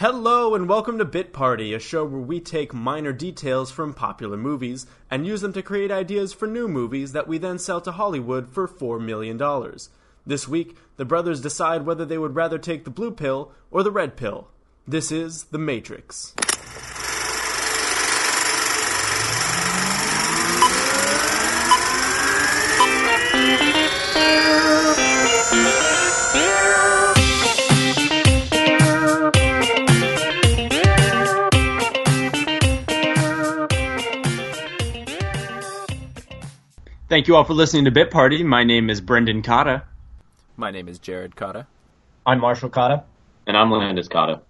Hello and welcome to Bit Party, a show where we take minor details from popular movies and use them to create ideas for new movies that we then sell to Hollywood for $4 million. This week, the brothers decide whether they would rather take the blue pill or the red pill. This is The Matrix. Thank you all for listening to Bit Party. My name is Brendan Cotta. My name is Jared Cotta. I'm Marshall Cotta. And I'm Landis Cotta.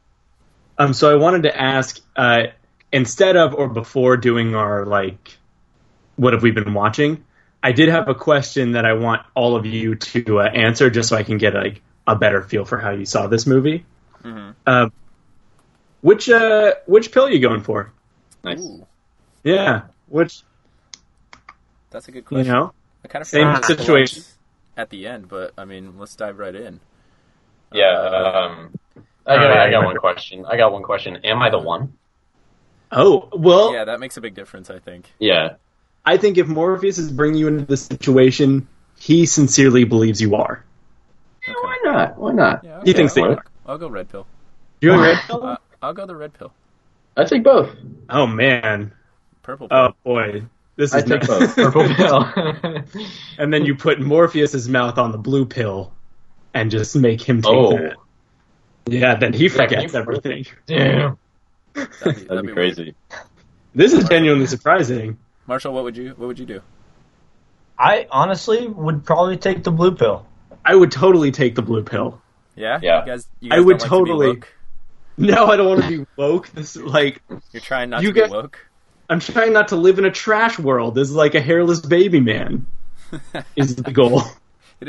Um, so I wanted to ask, uh, instead of or before doing our like, what have we been watching? I did have a question that I want all of you to uh, answer, just so I can get like a better feel for how you saw this movie. Mm-hmm. Uh, which uh, which pill you going for? Nice. Ooh, Yeah, which that's a good you question. know, I kind of same forgot to situation. watch at the end, but I mean, let's dive right in. Yeah. Uh, Um, I got, I got one question. I got one question. Am I the one? Oh well, yeah, that makes a big difference. I think. Yeah. I think if Morpheus is bringing you into this situation, he sincerely believes you are. Okay. Why not? Why not? Yeah, He thinks they I'll, are. I'll go red pill. You and Ray? Uh, I'll go the red pill. I take both. Oh man. Purple. Pill. Oh boy. This I is not- take both. Purple pill. and then you put Morpheus's mouth on the blue pill and just make him take Oh. that. Yeah, then he forgets you- everything. Damn. that'd be, That'd be weird. crazy. This is genuinely surprising. Marshall, what would you what would you do? I honestly would probably take the blue pill. I would totally take the blue pill. Yeah. Yeah. You guys, you I guys would don't like to be totally- woke? No, I don't want to be woke. This is like You're trying not You to be guys- woke. I'm trying not to live in a trash world. This is like a hairless baby man. Is the goal. It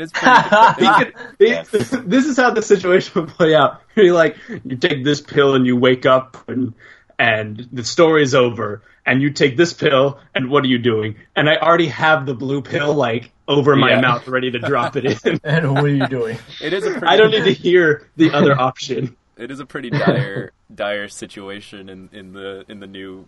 is pretty. He could- he- this is how the situation would play out. You like you take this pill and you wake up and and the story's over. And you take this pill and what are you doing? And I already have the blue pill like over my Yeah. mouth, ready to drop it in. And what are you doing? it is a pretty. I don't need to hear the other option. it is a pretty dire dire situation in, in the in the new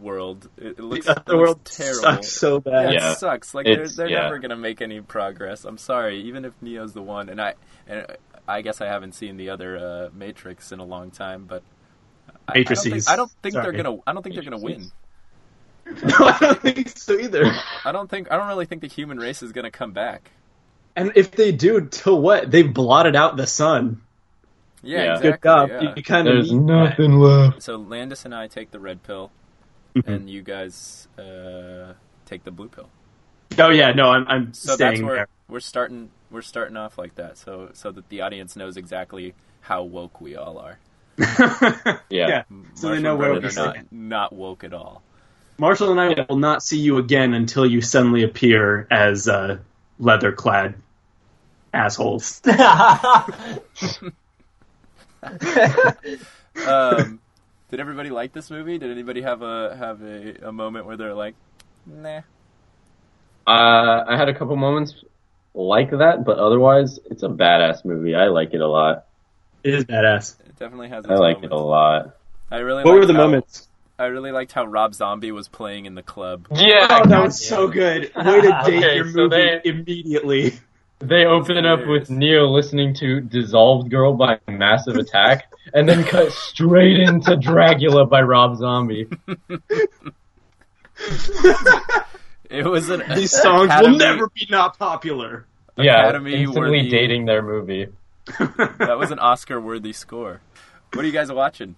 world. It, it looks, The it other world looks terrible. sucks so Yeah, bad. Yeah. it sucks. Like It's- they're, they're yeah. never gonna make any progress. I'm sorry, even if Neo's the one, and I and I guess I haven't seen the other uh, Matrix in a long time, but I, I don't think, Matrices. I don't think Sorry. they're gonna. I don't think they're gonna win. No, I don't think so either. I don't think. I don't really think the human race is gonna come back. And if they do, till what? They've blotted out the sun. Yeah, Yeah. exactly. Good job. yeah. You, you kind of There's nothing left. So Landis and I take the red pill, Mm-hmm. and you guys uh, take the blue pill. Oh yeah, no, I'm I'm so staying that's where there. we're starting we're starting off like that so so that the audience knows exactly how woke we all are Yeah. Yeah. So they know where Brennan we're are sitting. not, not woke at all Marshall and I Yeah. will not see you again until you suddenly appear as uh, leather clad assholes. um, did everybody like this movie did anybody have a have a, a moment where they're like nah Uh, I had a couple moments like that, but otherwise, it's a badass movie. I like it a lot. It is badass. it definitely has its I like it moments. a lot. i really What liked were the how- moments? i really liked how rob zombie was playing in the club Yeah. Oh, that was so good. Way to date Okay, your so movie they- immediately. They open up with Neo listening to Dissolved Girl by Massive Attack, and then cut straight into Dracula by Rob Zombie. it was an These songs Academy- will never be not popular. Yeah, Academy instantly worthy. dating their movie. that was an oscar worthy score what are you guys watching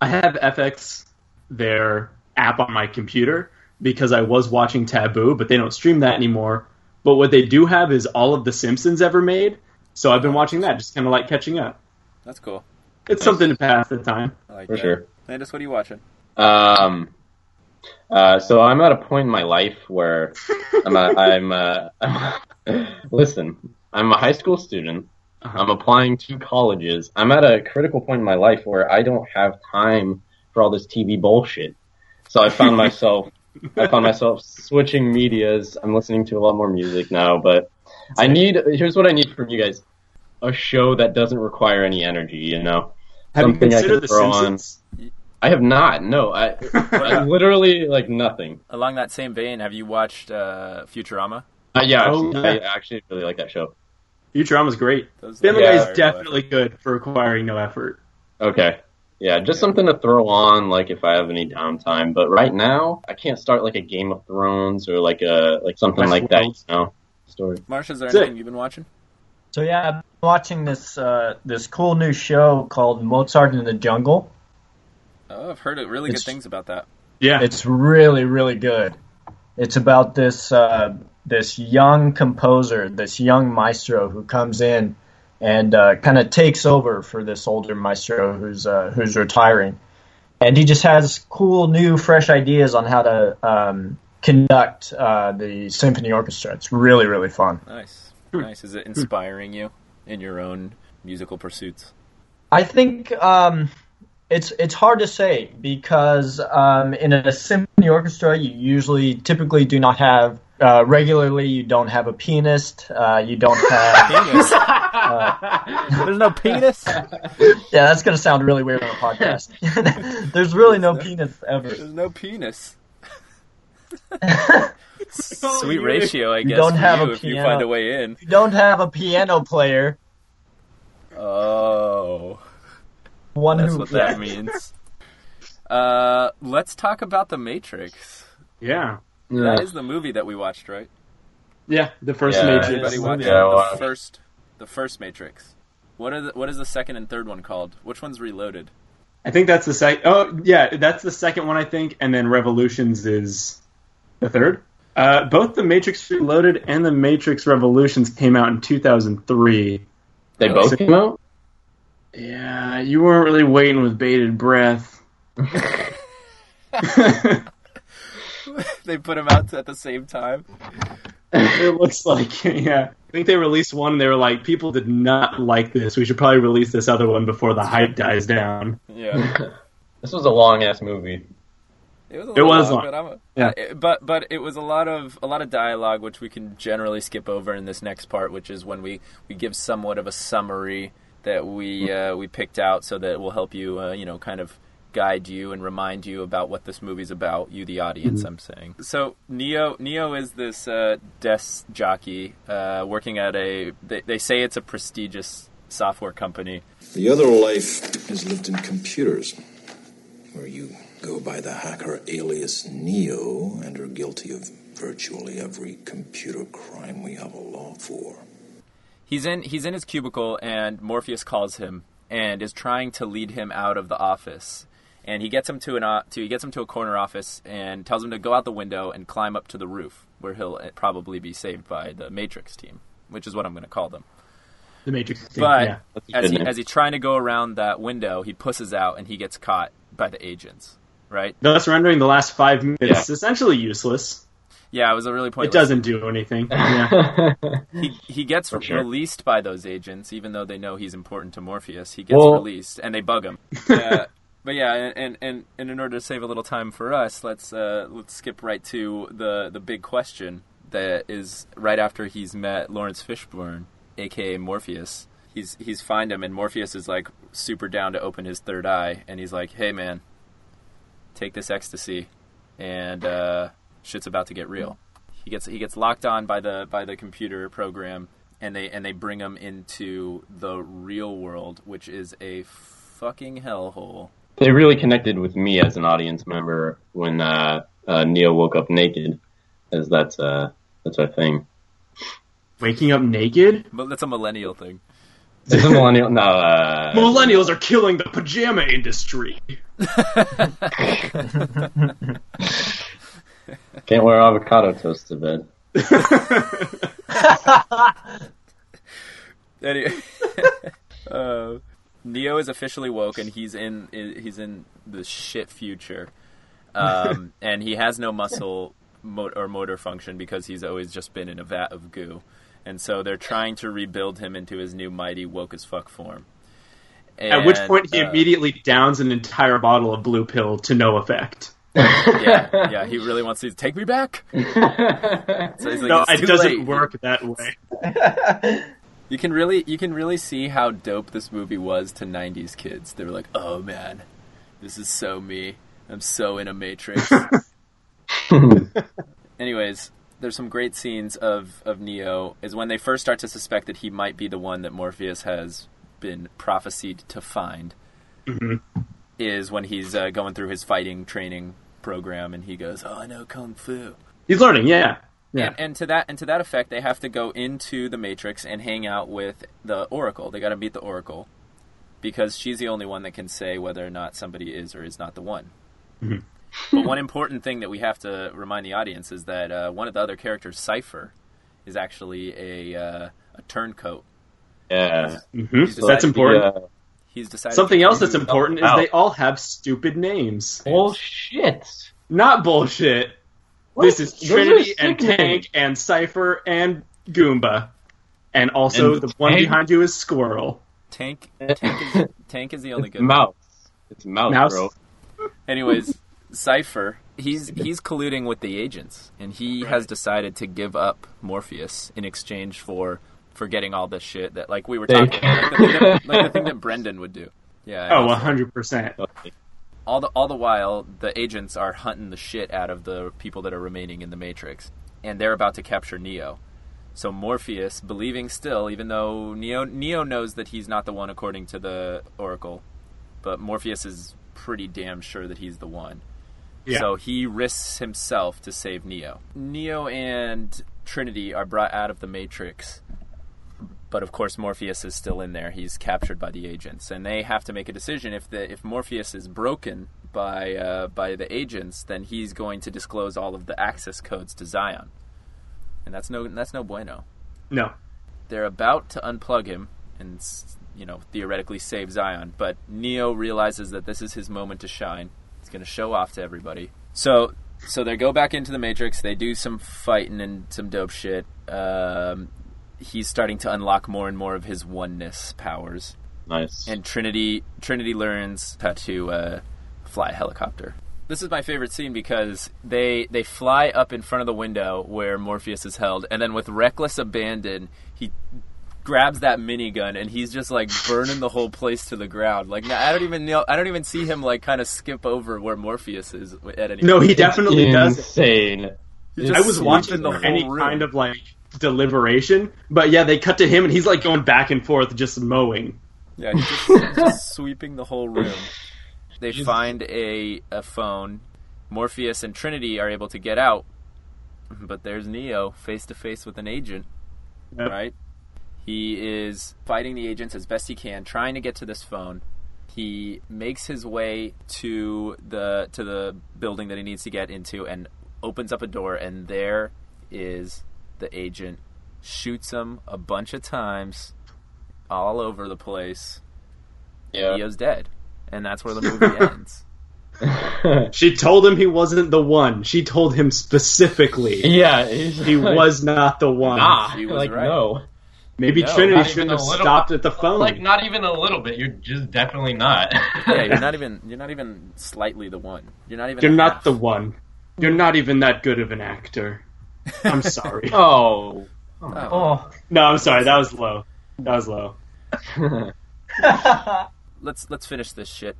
I have FX, their app on my computer, because I was watching Taboo, but they don't stream that anymore. But what they do have is all of the Simpsons ever made. So I've been watching that, just kind of like catching up. that's cool It's something to pass the time. i like For that sure. landis what are you watching Um, uh, so I'm at a point in my life where I'm a, I'm, a, I'm a- listen, I'm a high school student. Uh-huh. I'm applying to colleges. I'm at a critical point in my life where I don't have time for all this TV bullshit. So I found myself I found myself switching medias. I'm listening to a lot more music now, but I need here's what I need from you guys. A show that doesn't require any energy, you know. Have you something I considered can The throw on. Simpsons? I have not. No, I, I literally like nothing. Along that same vein, have you watched uh, Futurama? Uh, yeah, I've Oh, seen- yeah. I actually really like that show. Futurama's great. Those Family Yeah. Guy are- is definitely good for requiring no effort. Okay. Yeah, just something to throw on, like if I have any downtime. But right now, I can't start like a Game of Thrones or like a like something like that. You Westworld. know, story. Marsh, is there Sick. anything you've been watching? So yeah, I've been watching this uh, this cool new show called Mozart in the Jungle. Oh, I've heard it really good It's- things about that. Yeah. It's really really good. It's about this uh, this young composer, this young maestro who comes in and uh, kind of takes over for this older maestro who's uh, who's retiring, and he just has cool new fresh ideas on how to um, conduct uh, the symphony orchestra. It's really really fun. Nice, nice. Is it inspiring you in your own musical pursuits? I think um, it's it's hard to say because um, in a symphony orchestra, you usually typically do not have uh, regularly. You don't have a pianist. Uh, you don't have. yeah, Penis. There's no penis. that's gonna sound really weird on a podcast. There's really no pianist ever. There's no penis. you Sweet do. ratio, I guess. don't for have you, a if you piano. find a way in. You don't have a piano player. Oh, One that's who what that means. Uh, let's talk about The Matrix. Yeah. That is the movie that we watched, right? Yeah. The first Yeah. Matrix. Everybody Yes. watched Yeah, I the watched. first, the first Matrix. What are the, what is the second and third one called? Which one's Reloaded? I think that's the second. Oh, yeah, that's the second one I think, and then Revolutions is the third. Uh, both the Matrix Reloaded and the Matrix Revolutions came out in 2003. They both came out. Yeah, you weren't really waiting with bated breath. it they put them out at the same time. looks like, yeah. I think they released one and they were like, people did not like this. We should probably release this other one before the hype dies down. Yeah. This was a long ass movie. It was. A It lot, was long. but, I'm a, Yeah. uh, but but it was a lot of a lot of dialogue, which we can generally skip over in this next part, which is when we we give somewhat of a summary that we Mm-hmm. uh, we picked out, so that it will help you, uh, you know, kind of guide you and remind you about what this movie's about. You, the audience, Mm-hmm. I'm saying. So Neo Neo is this uh, desk jockey uh, working at a. They, they say it's a prestigious software company. The other life is lived in computers, where you go by the hacker alias Neo and are guilty of virtually every computer crime we have a law for. He's in he's in his cubicle and Morpheus calls him and is trying to lead him out of the office. And he gets him to an o- to he gets him to a corner office and tells him to go out the window and climb up to the roof where he'll eh, probably be saved by the Matrix team, which is what I'm going to call them. The Matrix. thing, But yeah. That's a as good he name. as he's trying to go around that window, he pusses out and he gets caught by the agents, right? Thus rendering the last five minutes Yeah. essentially useless. Yeah, it was a really It pointless. doesn't do anything. Yeah. He, he gets sure. released by those agents, even though they know he's important to Morpheus. He gets Well- released, and they bug him. Uh, but yeah, and, and, and, and in order to save a little time for us, let's uh, let's skip right to the the big question that is right after he's met Lawrence Fishburne, aka Morpheus. He's he's find him, and Morpheus is like super down to open his third eye, and he's like, "Hey man, take this ecstasy, and uh, shit's about to get real." he gets he gets locked on by the by the computer program and they and they bring him into the real world which is a fucking hellhole They really connected with me as an audience member when uh, uh, Neo woke up naked, as that's uh, that's our thing. Waking up naked? but that's a millennial thing This is millennial. No, uh, Millennials are killing the pajama industry. can't wear avocado toast to bed. Any- uh, Neo is officially woke, and he's in he's in the shit future, um, and he has no muscle mo- or motor function because he's always just been in a vat of goo, and so they're trying to rebuild him into his new mighty woke as fuck form. At which And, point he uh, immediately downs an entire bottle of blue pill to no effect. yeah, yeah, he really wants to take me back. So he's like, No, "It's it too doesn't late." work that way. You can really you can really see how dope this movie was to 90s kids. They were like, "Oh man, this is so me. I'm so in a matrix." Anyways, there's some great scenes of of Neo is when they first start to suspect that he might be the one that Morpheus has been prophesied to find. Mm-hmm. Is when he's uh, going through his fighting training program and he goes, "Oh, I know kung fu." He's learning, yeah. Yeah. And, and to that and to that effect, they have to go into the Matrix and hang out with the Oracle. They got to meet the Oracle because she's the only one that can say whether or not somebody is or is not the one. Mm-hmm. but one important thing that we have to remind the audience is that uh, one of the other characters, Cipher, is actually a uh, a turncoat. Yeah. uh, Mhm. He's That's decided- important. Yeah. He's decided Something to else turn- that's important is Wow. they all have stupid names. Bullshit. Not bullshit. This is Those are Trinity sick and names. Tank and Cipher and Goomba. And also And the one Tank. behind you is Squirrel. Tank Tank is, Tank is the only good. Mouse. It's mouse, Mouse. bro. Anyways, Cipher, he's he's colluding with the agents, and he has decided to give up Morpheus in exchange for for getting all this shit that like we were Thank talking about, like the, thing that, like the thing that Brendan would do. Yeah. Oh, 100%. All the all the while, the agents are hunting the shit out of the people that are remaining in the Matrix, and they're about to capture Neo. So Morpheus, believing still, even though Neo Neo knows that he's not the one according to the Oracle, but Morpheus is pretty damn sure that he's the one. Yeah. So he risks himself to save Neo. Neo and Trinity are brought out of the Matrix, but of course Morpheus is still in there. He's captured by the agents, and they have to make a decision. If the if Morpheus is broken by uh, by the agents, then he's going to disclose all of the access codes to Zion, and that's no that's no bueno No. they're about to unplug him and s- you know theoretically save Zion, but Neo realizes that this is his moment to shine. He's going to show off to everybody. So so they go back into the Matrix. They do some fighting and some dope shit. Um, he's starting to unlock more and more of his oneness powers, Nice. and Trinity Trinity learns how to uh, fly a helicopter. This is my favorite scene because they they fly up in front of the window where Morpheus is held, and then with reckless abandon, he grabs that minigun and he's just like burning the whole place to the ground. Like I don't even know, I don't even see him like kind of skip over where Morpheus is at any. No, he definitely does. Insane. I was watching the for any whole room. kind of like deliberation, but yeah, they cut to him and he's like going back and forth, just mowing. Yeah, he's just, he's just sweeping the whole room. They find a, a phone. Morpheus and Trinity are able to get out, but there's Neo face to face with an agent, Yep. right? He is fighting the agents as best he can, trying to get to this phone. He makes his way to the to the building that he needs to get into and opens up a door and there is the agent shoots him a bunch of times all over the place. Yeah. Neo's dead, and that's where the movie ends. She told him he wasn't the one. She told him specifically yeah. He's he like, was not the one. Nah. He was like right. no. Maybe No, Trinity not shouldn't even have a little- stopped at the phone. Like not even a little bit. You're just definitely not. yeah, you're not even you're not even slightly the one. You're not even You're a not half. the one. You're not even that good of an actor. I'm sorry. oh. Oh. no, I'm sorry. That was low. That was low. Let's let's finish this shit.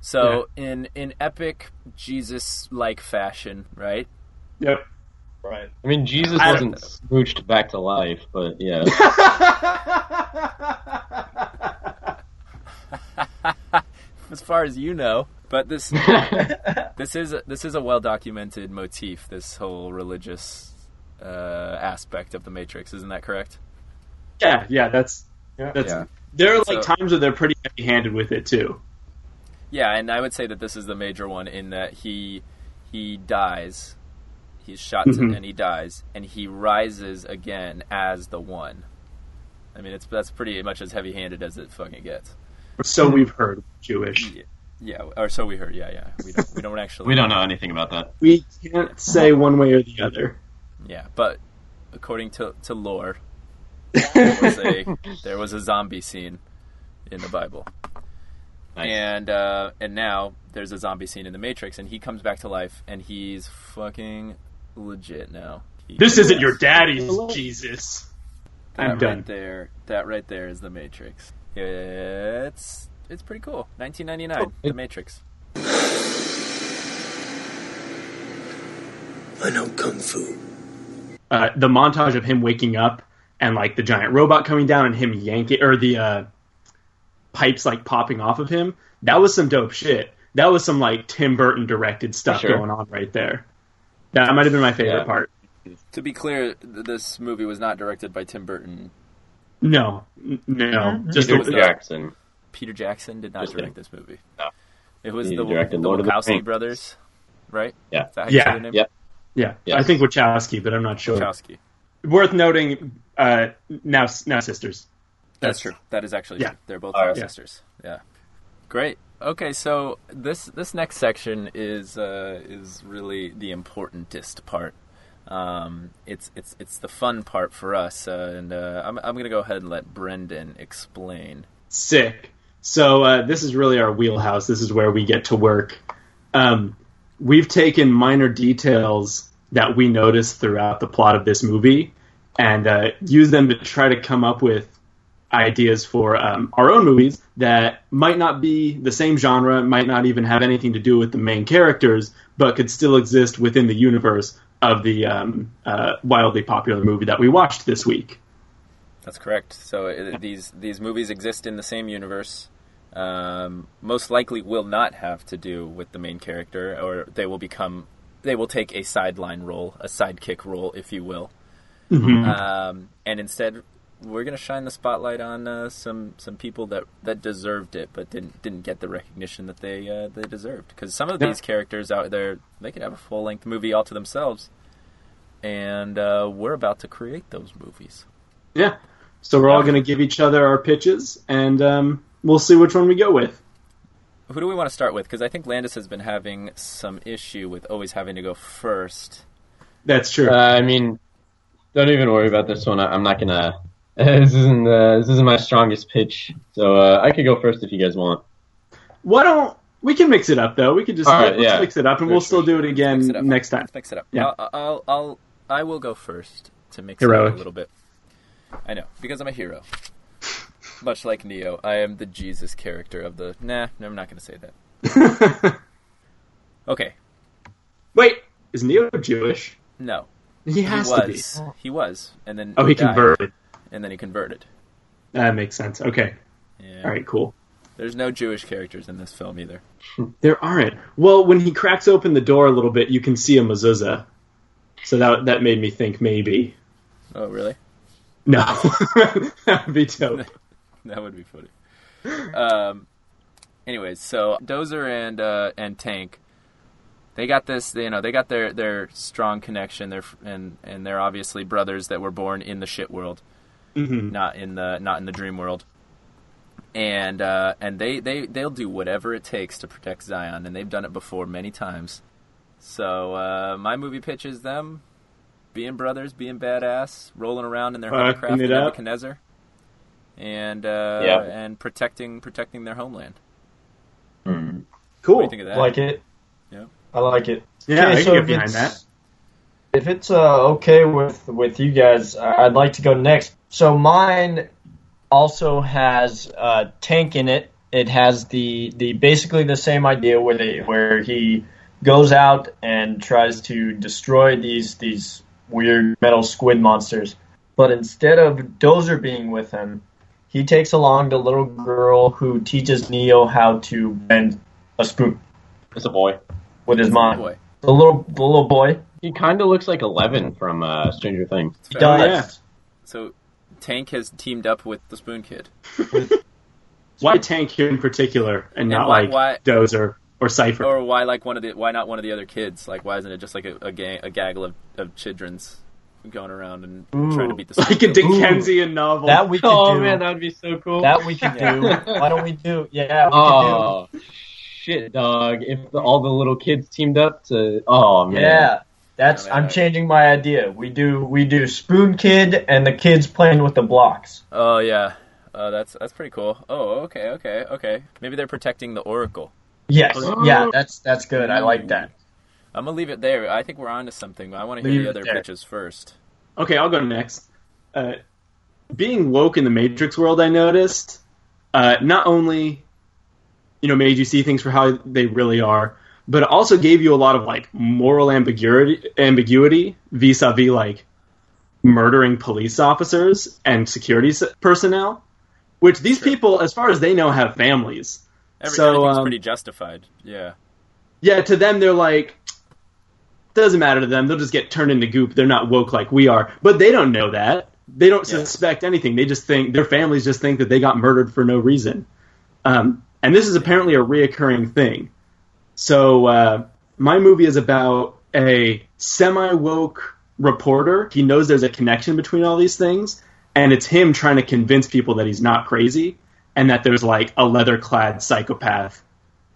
So in in epic Jesus like fashion, right? Yep. Right. I mean, Jesus I don't wasn't spooched back to life, but yeah. As far as you know. But this this is this is a well documented motif. This whole religious uh, aspect of the Matrix, isn't that correct? Yeah, yeah. That's that's. Yeah. There are like So- times where they're pretty heavy-handed with it too. Yeah, and I would say that this is the major one in that he he dies, he's shot to- Mm-hmm. Mhm. and he dies, and he rises again as the one. I mean, it's that's pretty much as heavy-handed as it fucking gets. Or so we've heard. Jewish. Yeah, or so we heard. Yeah, yeah. We don't, we don't actually. we don't know anything about that. We can't say one way or the other. Yeah, but according to to lore, there was a, there was a zombie scene in the Bible. Nice. And uh, and now there's a zombie scene in the Matrix, and he comes back to life, and he's fucking legit now. He- This isn't your daddy's Jesus. That I'm right done. there, that right there is the Matrix. It's it's pretty cool. 1999, the Matrix. I know kung fu. Uh, the montage of him waking up and like the giant robot coming down and him yanking or the uh, pipes like popping off of him. That was some dope shit. That was some like Tim Burton directed stuff Sure. going on right there. That might have been my favorite Yeah. part. To be clear, th- this movie was not directed by Tim Burton. No, N- no, just Peter the, was- Jackson. Peter Jackson did not Just direct kidding. this movie. No. It was He the, directed the Lord of the Wachowski Rings. brothers, right? Yeah. Is that how you say Yeah, their name? yeah. yeah. Yes. I think Wachowski, but I'm not sure. Wachowski. Worth noting, uh, now now sisters. That's Yes. true. That is actually Yeah. true. They're both All our right. sisters. Yeah. Great. Okay, so this this next section is uh, is really the importantest part. Um, it's it's it's the fun part for us, uh, and uh, I'm I'm gonna go ahead and let Brendan explain. sick. So uh, this is really our wheelhouse. This is where we get to work. Um, we've taken minor details that we noticed throughout the plot of this movie and uh, used them to try to come up with ideas for um, our own movies that might not be the same genre, might not even have anything to do with the main characters, but could still exist within the universe of the um, uh, wildly popular movie that we watched this week. That's correct. So uh these these movies exist in the same universe. Um, most likely, will not have to do with the main character, or they will become they will take a sideline role, a sidekick role, if you will. Um, and instead, we're going to shine the spotlight on uh, some some people that, that deserved it, but didn't didn't get the recognition that they uh, they deserved. Because some of Yeah. these characters out there, they could have a full length movie all to themselves, and uh, we're about to create those movies. Yeah. So we're all going to give each other our pitches, and um, we'll see which one we go with. Who do we want to start with? Because I think Landis has been having some issue with always having to go first. That's true. Uh, I mean, don't even worry about this one. I, I'm not gonna. This isn't uh, this isn't my strongest pitch, so uh, I could go first if you guys want. Why don't we can mix it up though? We could just All right, let's yeah. mix it up, and Sure, we'll sure, still do it again Mix it up. next time. Let's mix it up. Yeah. I'll, I'll, I'll, I will go first to mix it Heroic. up a little bit. I know because I'm a hero. Much like Neo, I am the Jesus character of the. Nah, no, I'm not going to say that. Okay, Wait, is Neo Jewish? no, He he has to be. was. He was, and then Oh, he died, converted. and then he converted. That makes sense. Okay. Yeah. All right. Cool. There's no Jewish characters in this film either. There aren't. Well, when he cracks open the door a little bit, you can see a mezuzah. So that that made me think maybe. Oh, really? No, that would be dope. That would be funny. Um, anyways, so Dozer and uh, and Tank, they got this. You know, they got their their strong connection. They're f- and and they're obviously brothers that were born in the shit world, Mm-hmm. not in the not in the dream world. And uh, and they they they'll do whatever it takes to protect Zion, and they've done it before many times. So uh, my movie pitches them being brothers, being badass, rolling around in their Fucking hovercraft it in up. Nebuchadnezzar and uh, Yeah. and protecting protecting their homeland. What do Cool. you think of I that? like it. Yeah. I like it. Yeah, I Okay, can so get if behind it's- that. If it's uh, okay with with you guys, I- I'd like to go next. So mine also has uh, tank in it. It has the the basically the same idea where they where he goes out and tries to destroy these these weird metal squid monsters. But instead of Dozer being with him, he takes along the little girl who teaches Neo how to bend a spook It's a boy. with his mind. Boy, The little the little boy. He kind of looks like Eleven from uh, Stranger Things. it's He fair. does. So Tank has teamed up with the Spoon Kid. Why Tank here in particular, and not why- like why- Dozer or Cipher? Or why like one of the why not one of the other kids? Like why isn't it just like a, a gang a gaggle of, of children's going around and trying to beat the Spoon like a Kid? Dickensian novel. That we could Oh do. man, that would be so cool. That we could do. Why don't we do? Yeah, we oh shit, dog! If the, all the little kids teamed up to, oh could do. man, Yeah, that's. Yeah, man. I'm changing my idea. We do. We do Spoon Kid and the kids playing with the blocks. Oh yeah. Uh, that's that's pretty cool. Oh, okay, okay, okay. Maybe they're protecting the Oracle. Yes. Yeah, that's that's good. I like that. I'm gonna leave it there. I think we're onto something. I want to hear Leave the it other there. pitches first. okay, I'll go next. Uh, being woke in the Matrix world, I noticed uh, not only you know made you see things for how they really are, but it also gave you a lot of like moral ambiguity, ambiguity vis-a-vis like murdering police officers and security s- personnel, which these Sure. people, as far as they know, have families. Every, So, everything's um, pretty justified. Yeah. Yeah, to them they're like doesn't matter to them. They'll just get turned into goop. They're not woke like we are. But they don't know that. They don't Yeah. suspect anything. They just think their families just think that they got murdered for no reason. Um, and this is apparently a reoccurring thing. So uh, my movie is about a semi woke reporter. He knows there's a connection between all these things, and it's him trying to convince people that he's not crazy and that there's like a leather clad psychopath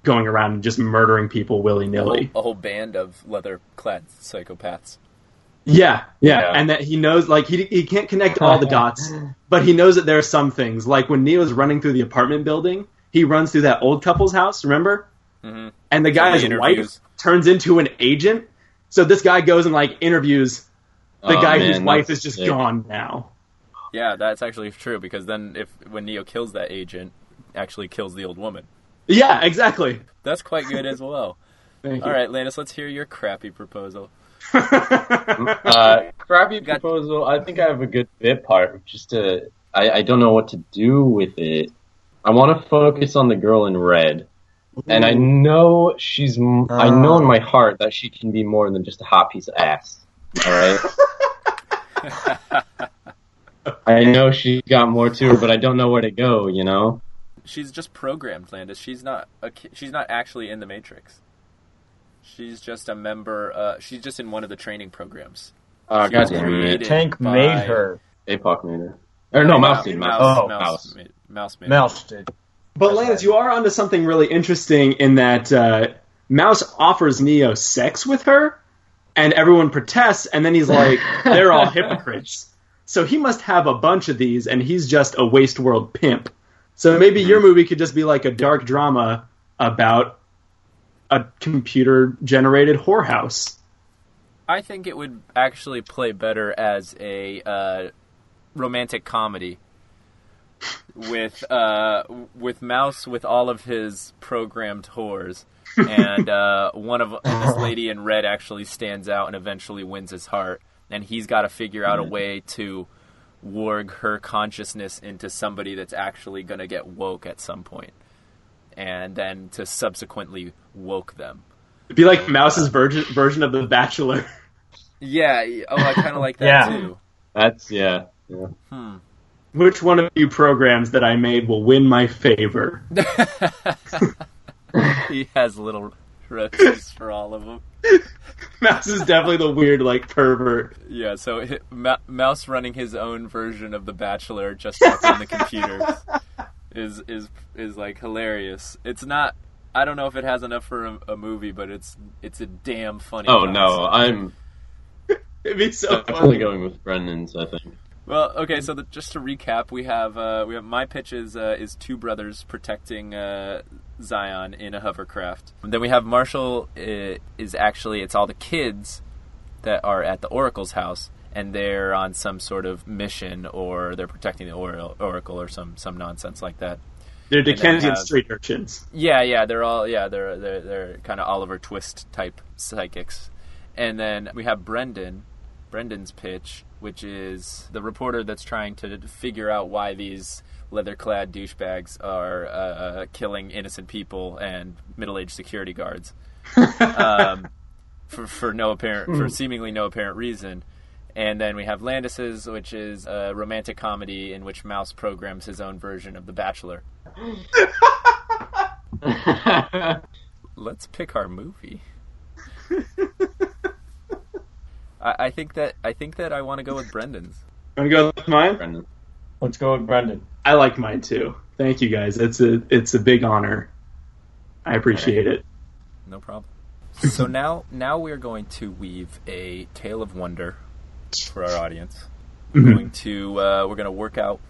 going around and just murdering people willy A whole, nilly. a whole band of leather clad psychopaths. Yeah, yeah, Yeah. and that he knows like he he can't connect all the dots, but he knows that there are some things. Like when Neo's running through the apartment building, he runs through that old couple's house, remember? Mm-hmm. Mhm. And the Somebody guy's wife interviews. turns into an agent. So this guy goes and like interviews the Oh, guy man, whose wife that's is just sick. gone now. Yeah, that's actually true because then if when Neo kills that agent, actually kills the old woman. Yeah, exactly. That's quite good as well. Thank All right, Landis, let's hear your crappy proposal. Uh, crappy Got- proposal. I think I have a good bit part. Just to, I, I don't know what to do with it. I want to focus on the girl in red, and I know she's. m I I know in my heart that she can be more than just a hot piece of ass. All right. I know she's got more to her, but I don't know where to go. You know. She's just programmed, Landis. She's not a ki- she's not actually in the Matrix. She's just a member. Uh, she's just in one of the training programs. Oh She God was damn it! created- Tank By- made her. Apoc made it. Or no, mouse did. Mouse. Mouse, Oh. mouse, made- mouse, made- Mouse did. But Lance, you are onto something really interesting in that uh, Mouse offers Neo sex with her, and everyone protests, and then he's like, they're all hypocrites. So he must have a bunch of these, and he's just a waste world pimp. So maybe your movie could just be like a dark drama about a computer generated whorehouse. I think it would actually play better as a uh, romantic comedy with uh, with Mouse with all of his programmed whores, and uh, one of and this lady in red actually stands out and eventually wins his heart, and he's got to figure out a way to warg her consciousness into somebody that's actually going to get woke at some point, and then to subsequently woke them. It'd be like Mouse's version version of The Bachelor. Yeah. y- Oh, I kind of like that Yeah. too. That's yeah. yeah. Which one of you programs that I made will win my favor? he has little roaches for all of them. Mouse is definitely the weird like pervert. Yeah, so hi- Ma- Mouse running his own version of The Bachelor just that's on the computers is is is like hilarious. It's not. I don't know if it has enough for a, a movie, but it's it's a damn funny. Oh concept. no, I'm It'd be so definitely funny. going with Brendan's. I think. Well, okay. So the, just to recap, we have uh, we have my pitch is uh, is two brothers protecting uh, Zion in a hovercraft. And then we have Marshall uh, is actually it's all the kids that are at the Oracle's house, and they're on some sort of mission or they're protecting the Or- Oracle or some some nonsense like that. They're then Dickensian have- street urchins. Yeah, yeah, they're all yeah, they're they're they're kind of Oliver Twist type psychics. And then we have Brendan, Brendan's pitch, which is the reporter that's trying to figure out why these leather-clad douchebags are uh, killing innocent people and middle-aged security guards um, for for no apparent for seemingly no apparent reason. And then we have Landis's, which is a romantic comedy in which Mouse programs his own version of The Bachelor. let's pick our movie. I, I think that I think that I want to go with Brendan's. Want to go with mine? Brendan. Let's go with Brendan. I like mine too. Thank you guys. It's a it's a big honor. I appreciate it. No problem. So now now we're going to weave a tale of wonder for our audience. We're going to uh, we're going to work out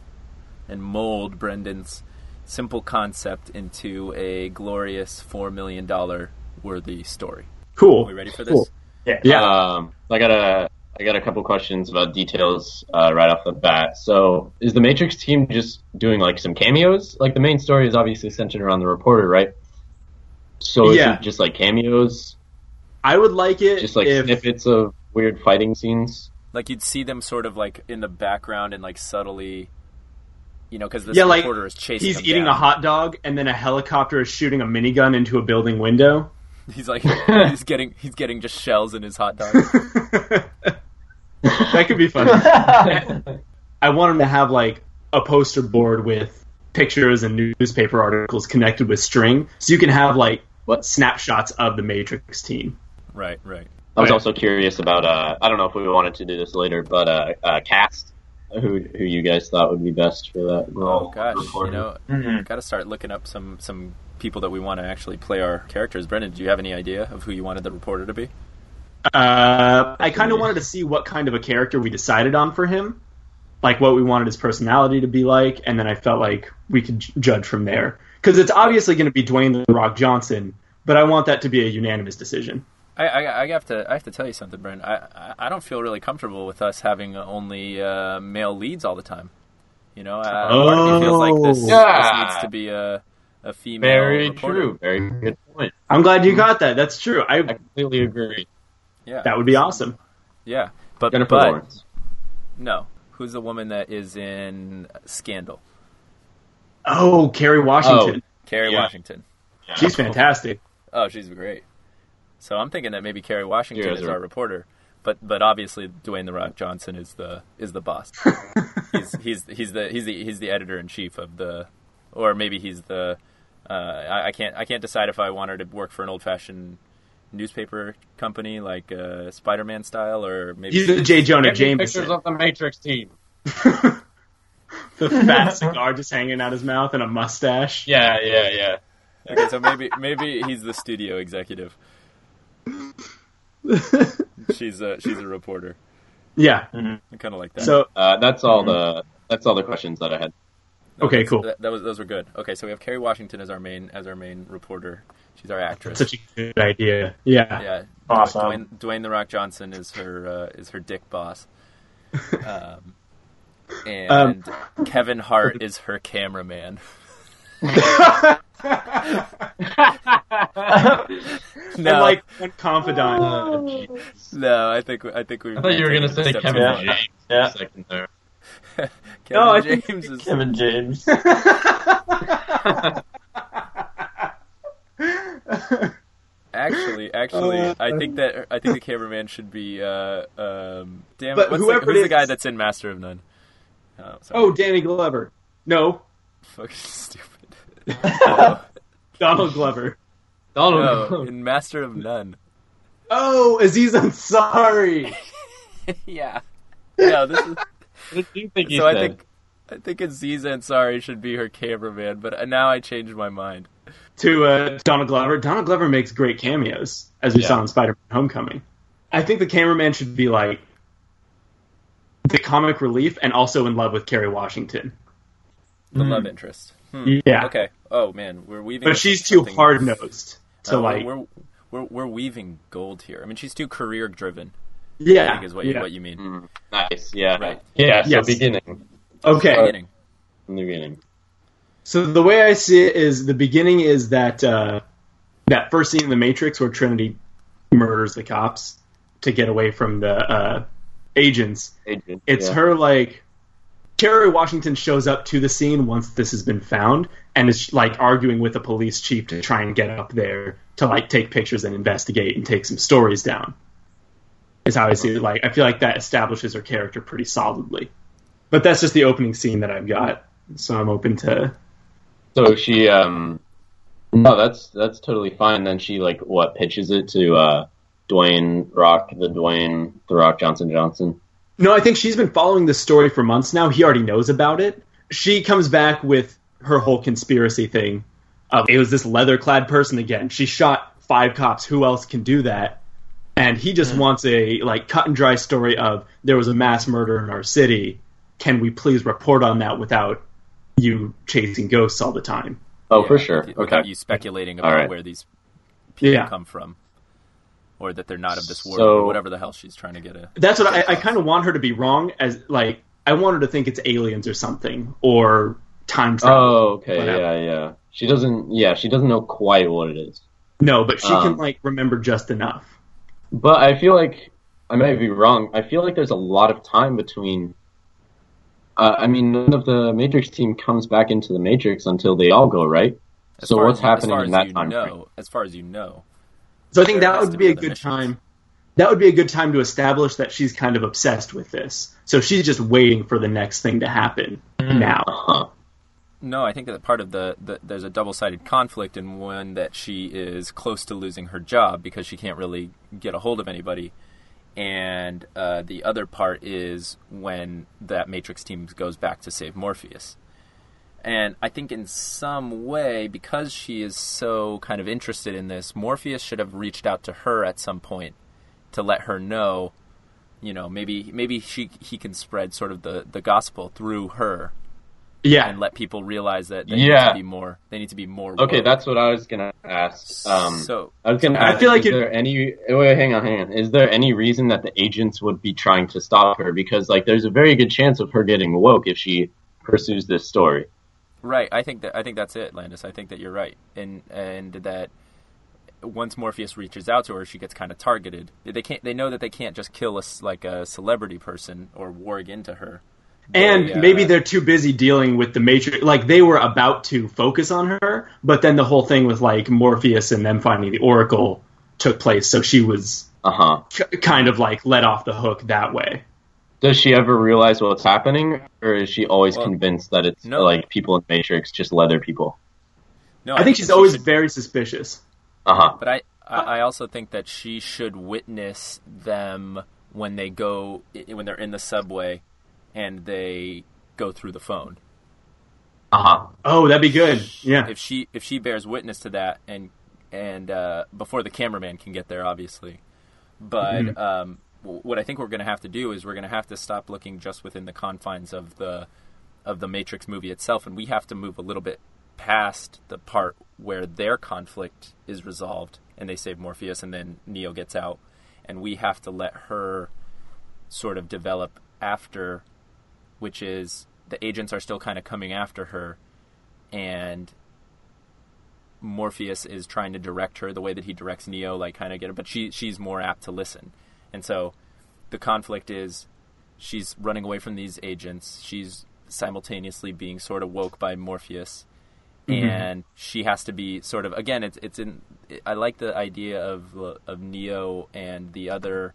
and mold Brendan's simple concept into a glorious four million dollar worthy story. Cool. Are we ready for this? Cool. Yeah. Um, I got a I got a couple questions about details uh, right off the bat. So, is the Matrix team just doing like some cameos? Like the main story is obviously centered around the reporter, right? So is Yeah. it just like cameos, I would like it just like if snippets of weird fighting scenes? Like you'd see them sort of like in the background and like subtly, you know, because this Yeah, like, reporter is chasing. he's them eating down. a hot dog and then a helicopter is shooting a minigun into a building window. He's like he's getting he's getting just shells in his hot dog. that could be funny. I want him to have like a poster board with pictures and newspaper articles connected with string, so you can have like what snapshots of the Matrix team. right, right. I was Right. also curious about. Uh, I don't know if we wanted to do this later, but uh, uh, cast who who you guys thought would be best for that role. Oh gosh, you Reporter. know, Mm-hmm. got to start looking up some some people that we want to actually play our characters. Brendan, do you have any idea of who you wanted the reporter to be? Uh, I kind of wanted to see what kind of a character we decided on for him, like what we wanted his personality to be like, and then I felt like we could j- judge from there because it's obviously going to be Dwayne the Rock Johnson, but I want that to be a unanimous decision. I, I, I have to I have to tell you something, Brendan. I, I I don't feel really comfortable with us having only uh, male leads all the time. You know, uh, part Oh. of me feels like this, this Yeah. needs to be a a female. Very reporter. true. Very good point. I'm glad you got that. That's true. I I completely agree. Yeah, that would be awesome. yeah. But Jennifer but Lawrence. no, who's the woman that is in Scandal? Oh, Kerry Washington. Oh. Carrie Yeah. Washington. She's fantastic. Oh, she's great. So I'm thinking that maybe Kerry Washington Here's is her. our reporter, but but obviously Dwayne the Rock Johnson is the is the boss. he's he's he's the he's the he's the editor in chief of the, or maybe he's the. Uh, I, I can't I can't decide if I want her to work for an old fashioned newspaper company like uh, Spider Man style, or maybe He's the J. Jonah Get me pictures Jameson. of the Matrix team. The fat cigar just hanging out his mouth and a mustache. Yeah, yeah, yeah. okay, so maybe maybe he's the studio executive. she's a she's a reporter. Yeah. Mm-hmm. I kind of like that. So Uh, that's all Mm-hmm. the that's all the questions that I had. No, Okay, that's- cool. That, that was those were good. Okay, so we have Kerry Washington as our main as our main reporter. She's our actress. such a good idea. Yeah. yeah, Awesome. Dwayne, Dwayne the Rock Johnson is her uh, is her dick boss. Um, and Kevin Hart is her cameraman. And no, like one confidant. no, I think I think we. I thought you were gonna say Kevin Yeah. James. for Yeah. a second there. Kevin No, I James think- is Kevin James. actually actually. Uh, I think that I think the cameraman should be. Uh, um, damn But it! What's the, whoever it who's the is- guy that's in Master of None? Oh, sorry. Oh, Danny Glover. No, fucking stupid. Oh. Donald Glover. Donald. No, in Master of None. Oh, Aziz Ansari. yeah. No, this is, What do you think he so I said? think I think Aziz Ansari should be her cameraman, but now I changed my mind. to uh, Donald Glover. Donald Glover makes great cameos, as we Yeah. saw in Spider Man Homecoming. I think the cameraman should be like the comic relief and also in love with Kerry Washington. The love interest. Hmm. Yeah. Okay. Oh man, we're weaving. But this she's into too something- hard nosed. So Uh, like we're, we're we're weaving gold here. I mean, she's too career driven. I Yeah. think is what yeah. Mm-hmm. you, what you mean. Mm, nice. Yeah. Right. Yeah. So Yes. beginning. okay. Beginning. From the beginning. So the way I see it is the beginning is that uh, that first scene in the Matrix where Trinity murders the cops to get away from the uh, agents. Agent, It's yeah. her like Kerry Washington shows up to the scene once this has been found and is like arguing with the police chief to try and get up there to like take pictures and investigate and take some stories down. Is how I see it. Like I feel like that establishes her character pretty solidly. But that's just the opening scene that I've got. So I'm open to So she um no, that's that's totally fine. Then she like what pitches it to uh Dwayne Rock, the Dwayne the Rock Johnson Johnson. No, I think she's been following this story for months now. He already knows about it. She comes back with her whole conspiracy thing. Of, it was this leather clad person again. She shot five cops. Who else can do that? And he just wants a like cut and dry story of there was a mass murder in our city. Can we please report on that without you chasing ghosts all the time? Oh, Yeah, for sure. without Okay. you speculating about All right. where these people Yeah. come from. or that they're not of this world, So- or whatever the hell she's trying to get at. That's what I, I kind of want her to be wrong. As like, I want her to think it's aliens or something or time travel. Oh, okay, Whatever. yeah, yeah. She doesn't. Yeah, she doesn't know quite what it is. no, but she can um, like remember just enough. But I feel like I might be wrong. I feel like there's a lot of time between. Uh, I mean, none of the Matrix team comes back into the Matrix until they all go right. As so far what's as- as happening far in as that you time know, frame? As far as you know, So I think there that has would to be be a other good missions. time. That would be a good time to establish that she's kind of obsessed with this. So she's just waiting for the next thing to happen Hmm. now. Huh. No, I think that part of the, the there's a double-sided conflict, and one that she is close to losing her job because she can't really get a hold of anybody, and uh, the other part is when that Matrix team goes back to save Morpheus, and I think in some way because she is so kind of interested in this, Morpheus should have reached out to her at some point to let her know, you know, maybe maybe she he can spread sort of the the gospel through her Yeah. and let people realize that they need Yeah. to be more. They need to be more. Okay, woke. that's what I was gonna ask. Um, so. I was gonna. I Ask, feel like is it- there any? Wait, hang on, hang on. Is there any reason that the agents would be trying to stop her? Because like, there's a very good chance of her getting woke if she pursues this story. Right, I think that I think that's it, Landis. I think that you're right, and and that once Morpheus reaches out to her, she gets kind of targeted. They can't. They know that they can't just kill a s- like a celebrity person or warg into her. and They, uh, maybe they're too busy dealing with the matrix like they were about to focus on her but then the whole thing with like morpheus and them finding the oracle took place so she was Uh huh. k- kind of like let off the hook that way Does she ever realize what's happening, or is she always Well, convinced that it's no. like people in Matrix just leather people? No, i think she's she always should- very suspicious Uh huh. But I, I, I also think that she should witness them when they go i- when they're in the subway, and they go through the phone. Uh huh. oh that'd be good yeah if she if she bears witness to that and and uh, before the cameraman can get there obviously but um, w- what i think we're going to have to do is we're going to have to stop looking just within the confines of the of the matrix movie itself and we have to move a little bit past the part where their conflict is resolved and they save morpheus and then neo gets out and we have to let her sort of develop after which is the agents are still kind of coming after her and Morpheus is trying to direct her the way that he directs Neo, like kind of get it, but she she's more apt to listen, and so the conflict is she's running away from these agents. She's simultaneously being sort of woke by Morpheus, and she has to be sort of again. It's it's in. I like the idea of of Neo and the other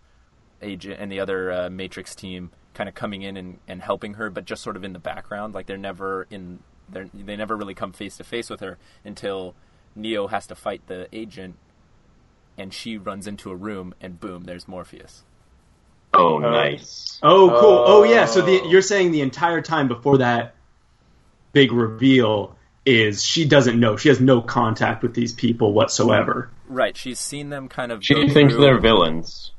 agent and the other uh, Matrix team kind of coming in and, and helping her, but just sort of in the background. Like they're never in. They're, they never really come face to face with her until Neo has to fight the agent, and she runs into a room, and boom, there's Morpheus. Oh, Uh, nice. oh cool oh yeah so the, you're saying the entire time before that big reveal is she doesn't know she has no contact with these people whatsoever Right, she's seen them kind of. She go thinks through- they're villains.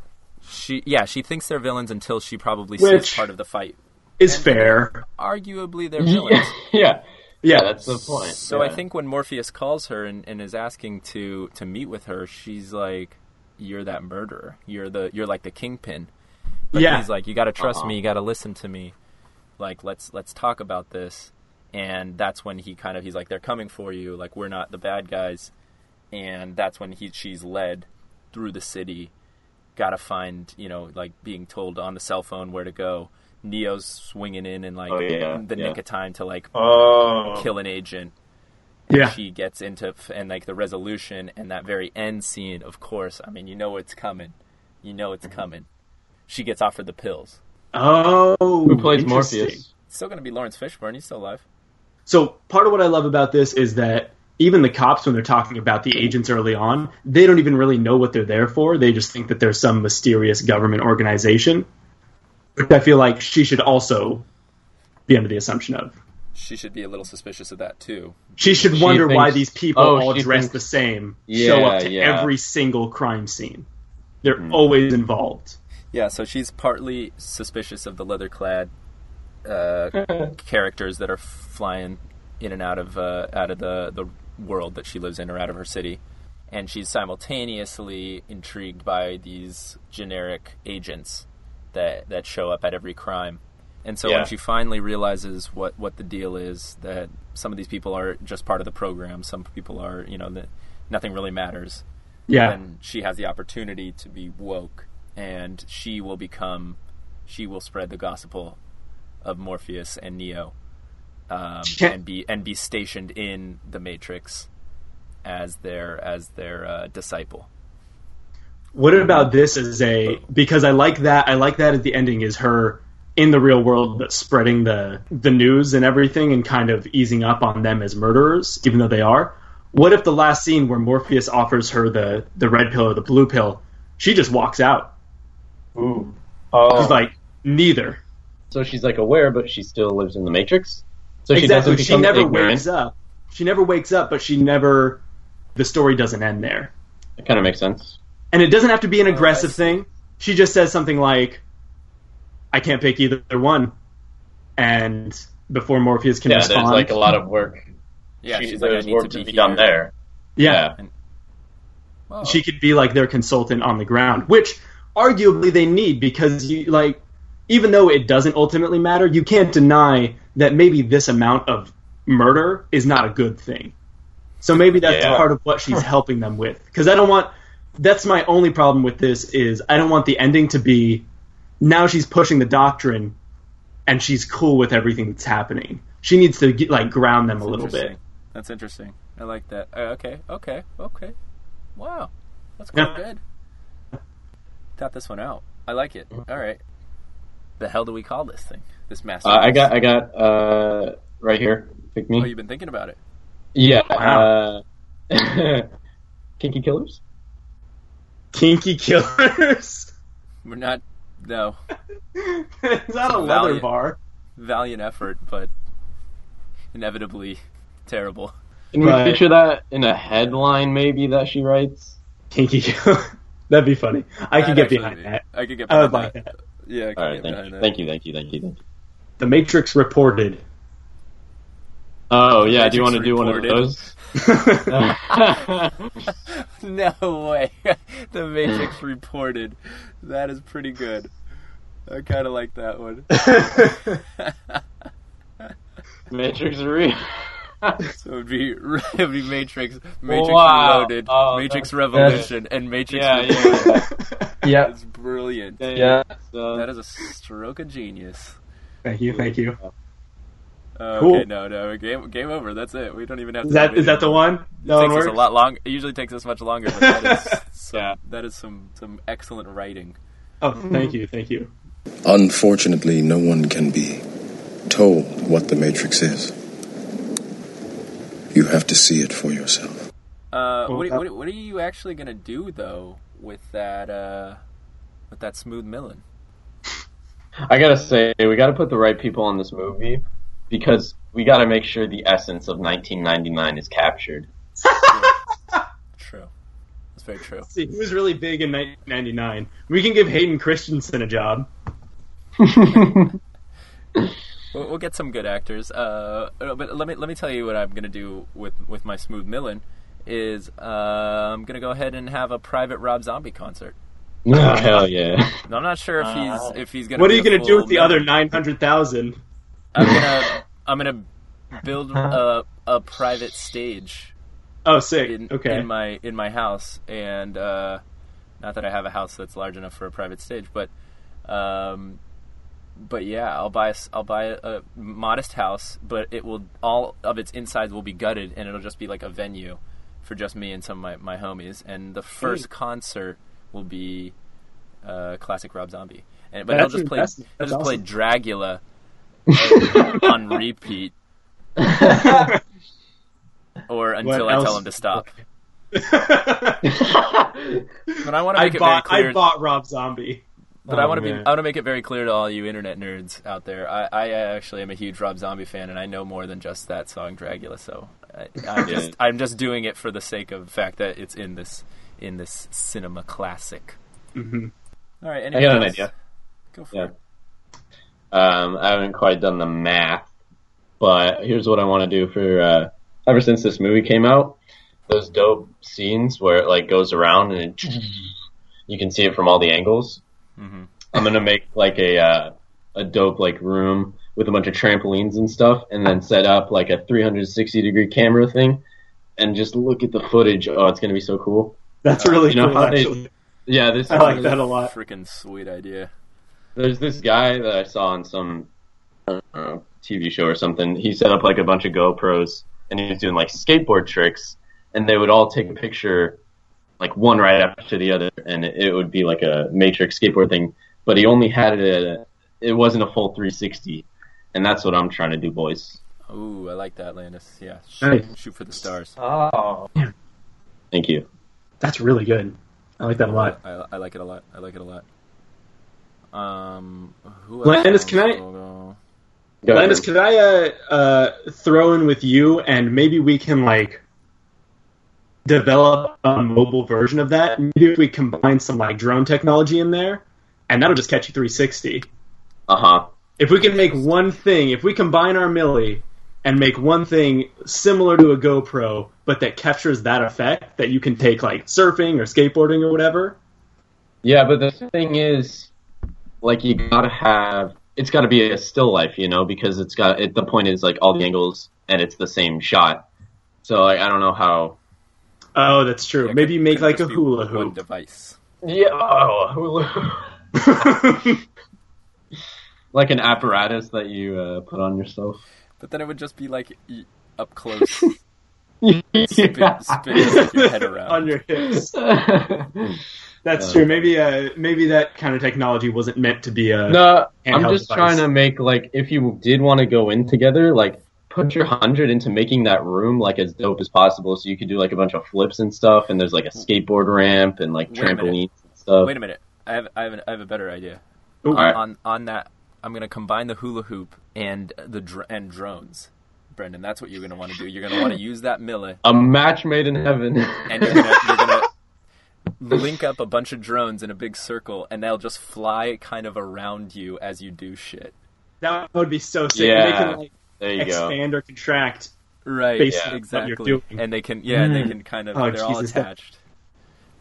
She yeah, she thinks they're villains until she probably Which- sees part of the fight. is fair Arguably, they're Yeah, villains. yeah. yeah That's the point. So I Yeah. think when Morpheus calls her and, and is asking to to meet with her, she's like, "You're that murderer. You're the you're like the kingpin." But Yeah. he's like, "You got to trust Uh-uh. me. You got to listen to me. Like let's let's talk about this." And that's when he kind of he's like, "They're coming for you. Like we're not the bad guys." And that's when he she's led through the city. Got to find you know like being told on the cell phone where to go. Neo's swinging in and like Oh, yeah, the yeah. nick of time to like Oh, kill an agent yeah she gets into f- and like the resolution and that very end scene of course i mean you know it's coming you know it's coming she gets offered the pills Oh, Who plays interesting. Morpheus? it's still going to be lawrence fishburne he's still alive So part of what I love about this is that even the cops, when they're talking about the agents early on, they don't even really know what they're there for. They just think that there's some mysterious government organization, which I feel like she should also be under the assumption of. she should be a little suspicious of that too She should She wonder why thinks- these people oh, all she dress thinks- the same, show Yeah, up to yeah. Hmm. every single crime scene. They're always involved. yeah so she's partly suspicious of the leather clad uh, characters that are flying in and out of uh, out of the, the world that she lives in or out of her city and she's simultaneously intrigued by these generic agents that that show up at every crime. And so Yeah. when she finally realizes what, what the deal is, that some of these people are just part of the program, some people are, you know, that nothing really matters. Yeah. Then she has the opportunity to be woke, and she will become, she will spread the gospel of Morpheus and Neo, um, Sure. and be and be stationed in the Matrix as their as their uh, disciple. What about this as a because I like that I like that at the ending is her in the real world that's spreading the the news and everything and kind of easing up on them as murderers, even though they are. What if the last scene where Morpheus offers her the the red pill or the blue pill, she just walks out. Ooh. Oh, She's like neither. So she's like aware, but she still lives in the Matrix. So she exactly. doesn't She become never ignorant. wakes up. She never wakes up, but she never the story doesn't end there. That kind of makes sense. And it doesn't have to Oh, be an aggressive see. thing. She just says something like, I can't pick either one. And before Morpheus can yeah, respond. there's like a lot of work. Yeah, She- she's like, I there's need work to be, done here. there. yeah. Wow. She could be like their consultant on the ground, which arguably they need because you like even though it doesn't ultimately matter, you can't deny that maybe this amount of murder is not a good thing. So maybe that's Yeah. part of what she's helping them with. Because I don't want that's my only problem with this is I don't want the ending to be now she's pushing the doctrine and she's cool with everything that's happening. She needs to get, like ground them a little bit. Interesting. That's interesting. I like that. Uh, okay, okay, okay. Wow, that's Yeah. quite good. Thought this one out. I like it. All right. The hell do we call this thing? This master. Mm-hmm. Uh, I got, I got, uh, right here. Pick Oh, me. you've been thinking about it. Yeah. Wow. Uh, Kinky killers. Kinky killers. We're not. No, it's not a leather Valiant. bar. valiant effort, but inevitably terrible. Can we Right. feature that in a headline, maybe that she writes? Kinky killer. That'd be funny. I could That get behind actually- that. I could get. I would behind like that. Yeah. I could All right, get thank behind you, that. thank you, thank you, thank you, thank you. The Matrix reported. Oh yeah, do you want to Matrix do one of reported. those? Oh. No way. the Matrix reported. That is pretty good. I kind of like that one. Matrix re. So it would be, it would be Matrix, Matrix Wow. Reloaded, Oh, Matrix that's- Revolution, and Matrix. yeah, Reloaded. yeah, yeah. That's brilliant. yeah. Yeah. So- That is a stroke of genius. Thank you, thank you. Oh, Cool. Okay, no, no, game, game over. That's it. We don't even have to. Is that do is that the video. one? It That one takes us works. a lot long. It usually takes us much longer, but that is some, Yeah. that is some some excellent writing. Oh, thank you, thank you. Unfortunately, no one can be told what the Matrix is. You have to see it for yourself. Uh, Cool. what, do- what, do- what are you actually gonna do though with that uh, with that smooth milling? I gotta say, we gotta put the right people on this movie because we gotta make sure the essence of 1999 is captured. True. That's very true. See, he was really big in 1999. We can give Hayden Christensen a job. We'll, we'll get some good actors. Uh, uh, but let me let me tell you what I'm gonna do with with my smooth Millen is uh, I'm gonna go ahead and have a private Rob Zombie concert. Oh, hell yeah! Now, I'm not sure if he's if he's gonna. What are be you a going to do full with the Millen. other 900,000? I'm gonna I'm gonna build a a private stage Oh, sick. in okay. in my in my house and uh, not that I have a house that's large enough for a private stage but um, but yeah I'll buy a, s- I'll buy a, a modest house but it will all of its insides will be gutted and it'll just be like a venue for just me and some of my, my homies and the first concert will be uh, classic Rob Zombie and but That's I'll just play impressive. I'll That's just play awesome. Dragula on repeat or until I else? tell him to stop but I want to I make bought it very clear. I bought Rob Zombie. But I Oh, want to be. man. I want to make it very clear to all you internet nerds out there. I, I actually am a huge Rob Zombie fan, and I know more than just that song Dragula. So I, I'm Yeah. just I'm just doing it for the sake of the fact that it's in this in this cinema classic. Mm-hmm. right, I anyone got an else? idea. Go for Yeah. it. Um, I haven't quite done the math, but here's what I want to do for uh, ever since this movie came out. those dope scenes where it like goes around and it, you can see it from all the angles. Mhm. I'm gonna make like a uh, a dope like room with a bunch of trampolines and stuff, and then set up like a 360 degree camera thing, and just look at the footage. Oh, it's gonna be so cool. That's Uh, really you know cool. how they- Actually, Yeah, this I like that a lot. Freaking sweet idea. there's this guy that I saw on some I don't know, TV show or something. He set up like a bunch of GoPros and he was doing like skateboard tricks, and they would all take a picture, like one right after the other, and it, it would be like a matrix skateboard thing. But he only had it at a, it wasn't a full 360, and that's what I'm trying to do, boys. Ooh, I like that, Landis. Yeah, shoot, Nice. shoot for the stars. Ah. Oh, Thank you. That's really good. I like that a lot. I, I like it a lot. I like it a lot. Um, who Landis, else can I- Go- Go Landis, ahead. could I uh, uh, throw in with you, and maybe we can like develop a mobile version of that? Maybe if we combine some like drone technology in there, and that'll just catch you 360. Uh-huh. If we can make one thing, if we combine our millie and make one thing similar to a GoPro, but that captures that effect that you can take like surfing or skateboarding or whatever. Yeah, but the thing is, like, you gotta have. It's gotta be a still life, you know, because it's got. It, the point is, like, all the angles and it's the same shot. So like, I don't know how. Oh, that's true. Yeah, maybe could- make could like a just be hula One hoop. device. Yeah, like an apparatus that you uh, put on yourself. But then it would just be like e- up close, spin, Yeah. spin your head around. on your hips. That's true. Maybe uh, maybe that kind of technology wasn't meant to be a. no, I'm Handheld just device. trying to make like if you did want to go in together, like put your hundred into making that room like as dope as possible, so you could do like a bunch of flips and stuff. And there's like a skateboard ramp and like Wait a minute. trampolines and stuff. Wait a minute. I have, I have, an, I have a better idea. Ooh, All right. On on that, I'm gonna combine the hula hoop and the dr- and drones, Brendan. That's what you're gonna want to do. You're gonna want to use that millet, A match made in heaven. and you're gonna, you're gonna link up a bunch of drones in a big circle, and they'll just fly kind of around you as you do shit. That would be so sick. Yeah, they can like, there you go. expand or contract. Right. Based on what yeah, you're exactly. doing. And they can yeah, and they Mm. can kind of Oh, they're all Jesus, that- attached.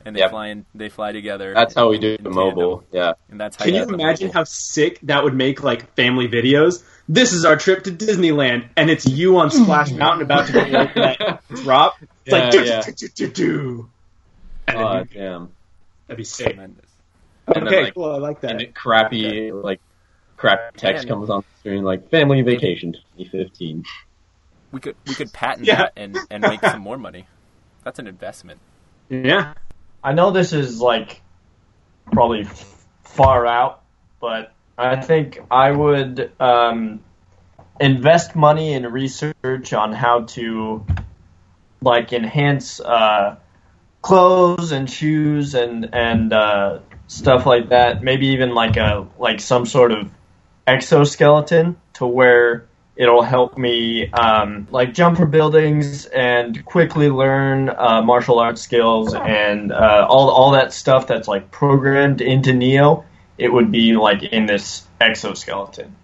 And they Yep. fly in, they fly together. That's how we do it in mobile. tandem, Yeah. And that's how Can you you do it imagine mobile. how sick that would make like family videos? This is our trip to Disneyland, and it's you on Splash Mountain about to go over that drop. It's like Yeah, do, yeah. do, do, do, do. And then Oh, you- damn. that'd be sick. Tremendous. And Okay, then, like, cool. I like that. and it crappy like crap text Man. comes on the screen like family vacation 2015. We could we could patent Yeah. that and, and make some more money. That's an investment. yeah. I know this is like probably f- far out, but I think I would um, invest money in research on how to like enhance uh, clothes and shoes and and uh, stuff like that. Maybe even like a like some sort of exoskeleton to where it'll help me um, like jump for buildings and quickly learn uh, martial arts skills and uh, all all that stuff that's like programmed into Neo. It would be like in this exoskeleton.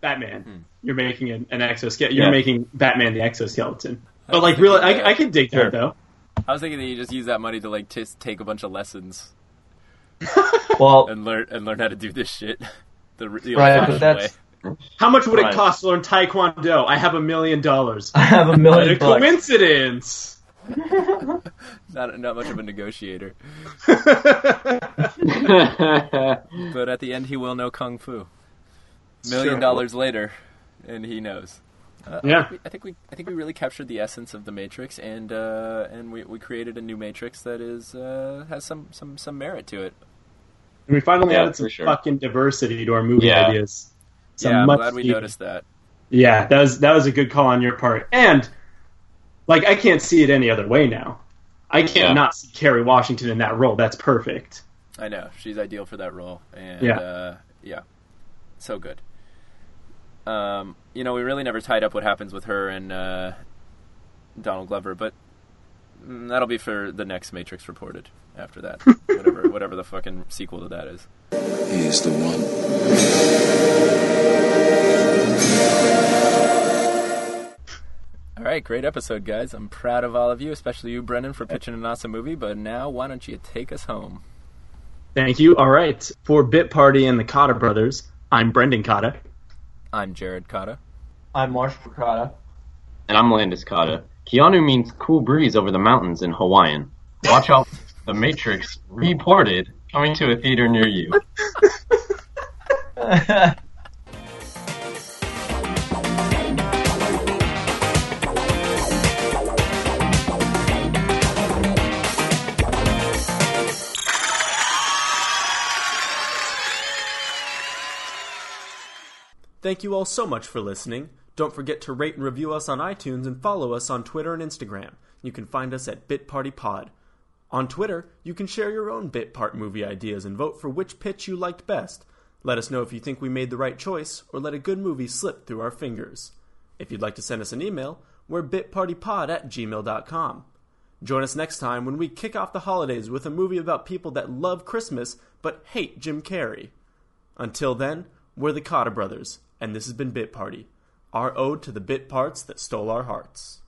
Batman. You're making an, an exoskeleton. You're Mm-hmm. Yeah. making Batman the exoskeleton. was But like, thinking really, I, that. I can dig Sure. that though. I was thinking that you just use that money to like just take a bunch of lessons Well, and learn and learn how to do this shit. The, re- the Right, old-fashioned but that's- way. How much would Right. it cost to learn Taekwondo? I have a million dollars. I have a What a million bucks. coincidence. not not much of a negotiator. yeah, But at the end, he will know kung fu. It's Million true. dollars later, and he knows. Uh, I Yeah. think, we, I think we I think we really captured the essence of the Matrix, and uh, and we, we created a new Matrix that is uh, has some, some some merit to it. And we finally Yeah, added some for sure. fucking diversity to our movie Yeah. ideas. Some yeah, I'm much glad we needed- noticed that. Yeah, that was that was a good call on your part. And like I can't see it any other way now. I can't Yeah. not see Kerry Washington in that role. That's perfect. I know she's ideal for that role, and Yeah. uh, yeah, so good. Um, you know, we really never tied up what happens with her and uh, Donald Glover, but mm, that'll be for the next Matrix reported after that, whatever whatever the fucking sequel to that is. He's the one. All right. right, great episode, guys. I'm proud of all of you, especially you, Brendan, for pitching an awesome movie. But now, why don't you take us home? Thank you. All right. For Bit Party and the Cotta Brothers, I'm Brendan Cotta. I'm Jared Cotta. I'm Marshall Cotta. And I'm Landis Kata. Keanu means cool breeze over the mountains in Hawaiian. Watch out, The Matrix reported coming to a theater near you. Thank you all so much for listening. Don't forget to rate and review us on iTunes and follow us on Twitter and Instagram. You can find us at Bit Party Pod. On Twitter, you can share your own Bit Part movie ideas and vote for which pitch you liked best. Let us know if you think we made the right choice or let a good movie slip through our fingers. If you'd like to send us an email, we're bitpartypod at gmail.com. Join us next time when we kick off the holidays with a movie about people that love Christmas but hate Jim Carrey. Until then, we're the Cotta Brothers, and this has been Bit Party, our ode to the bit parts that stole our hearts.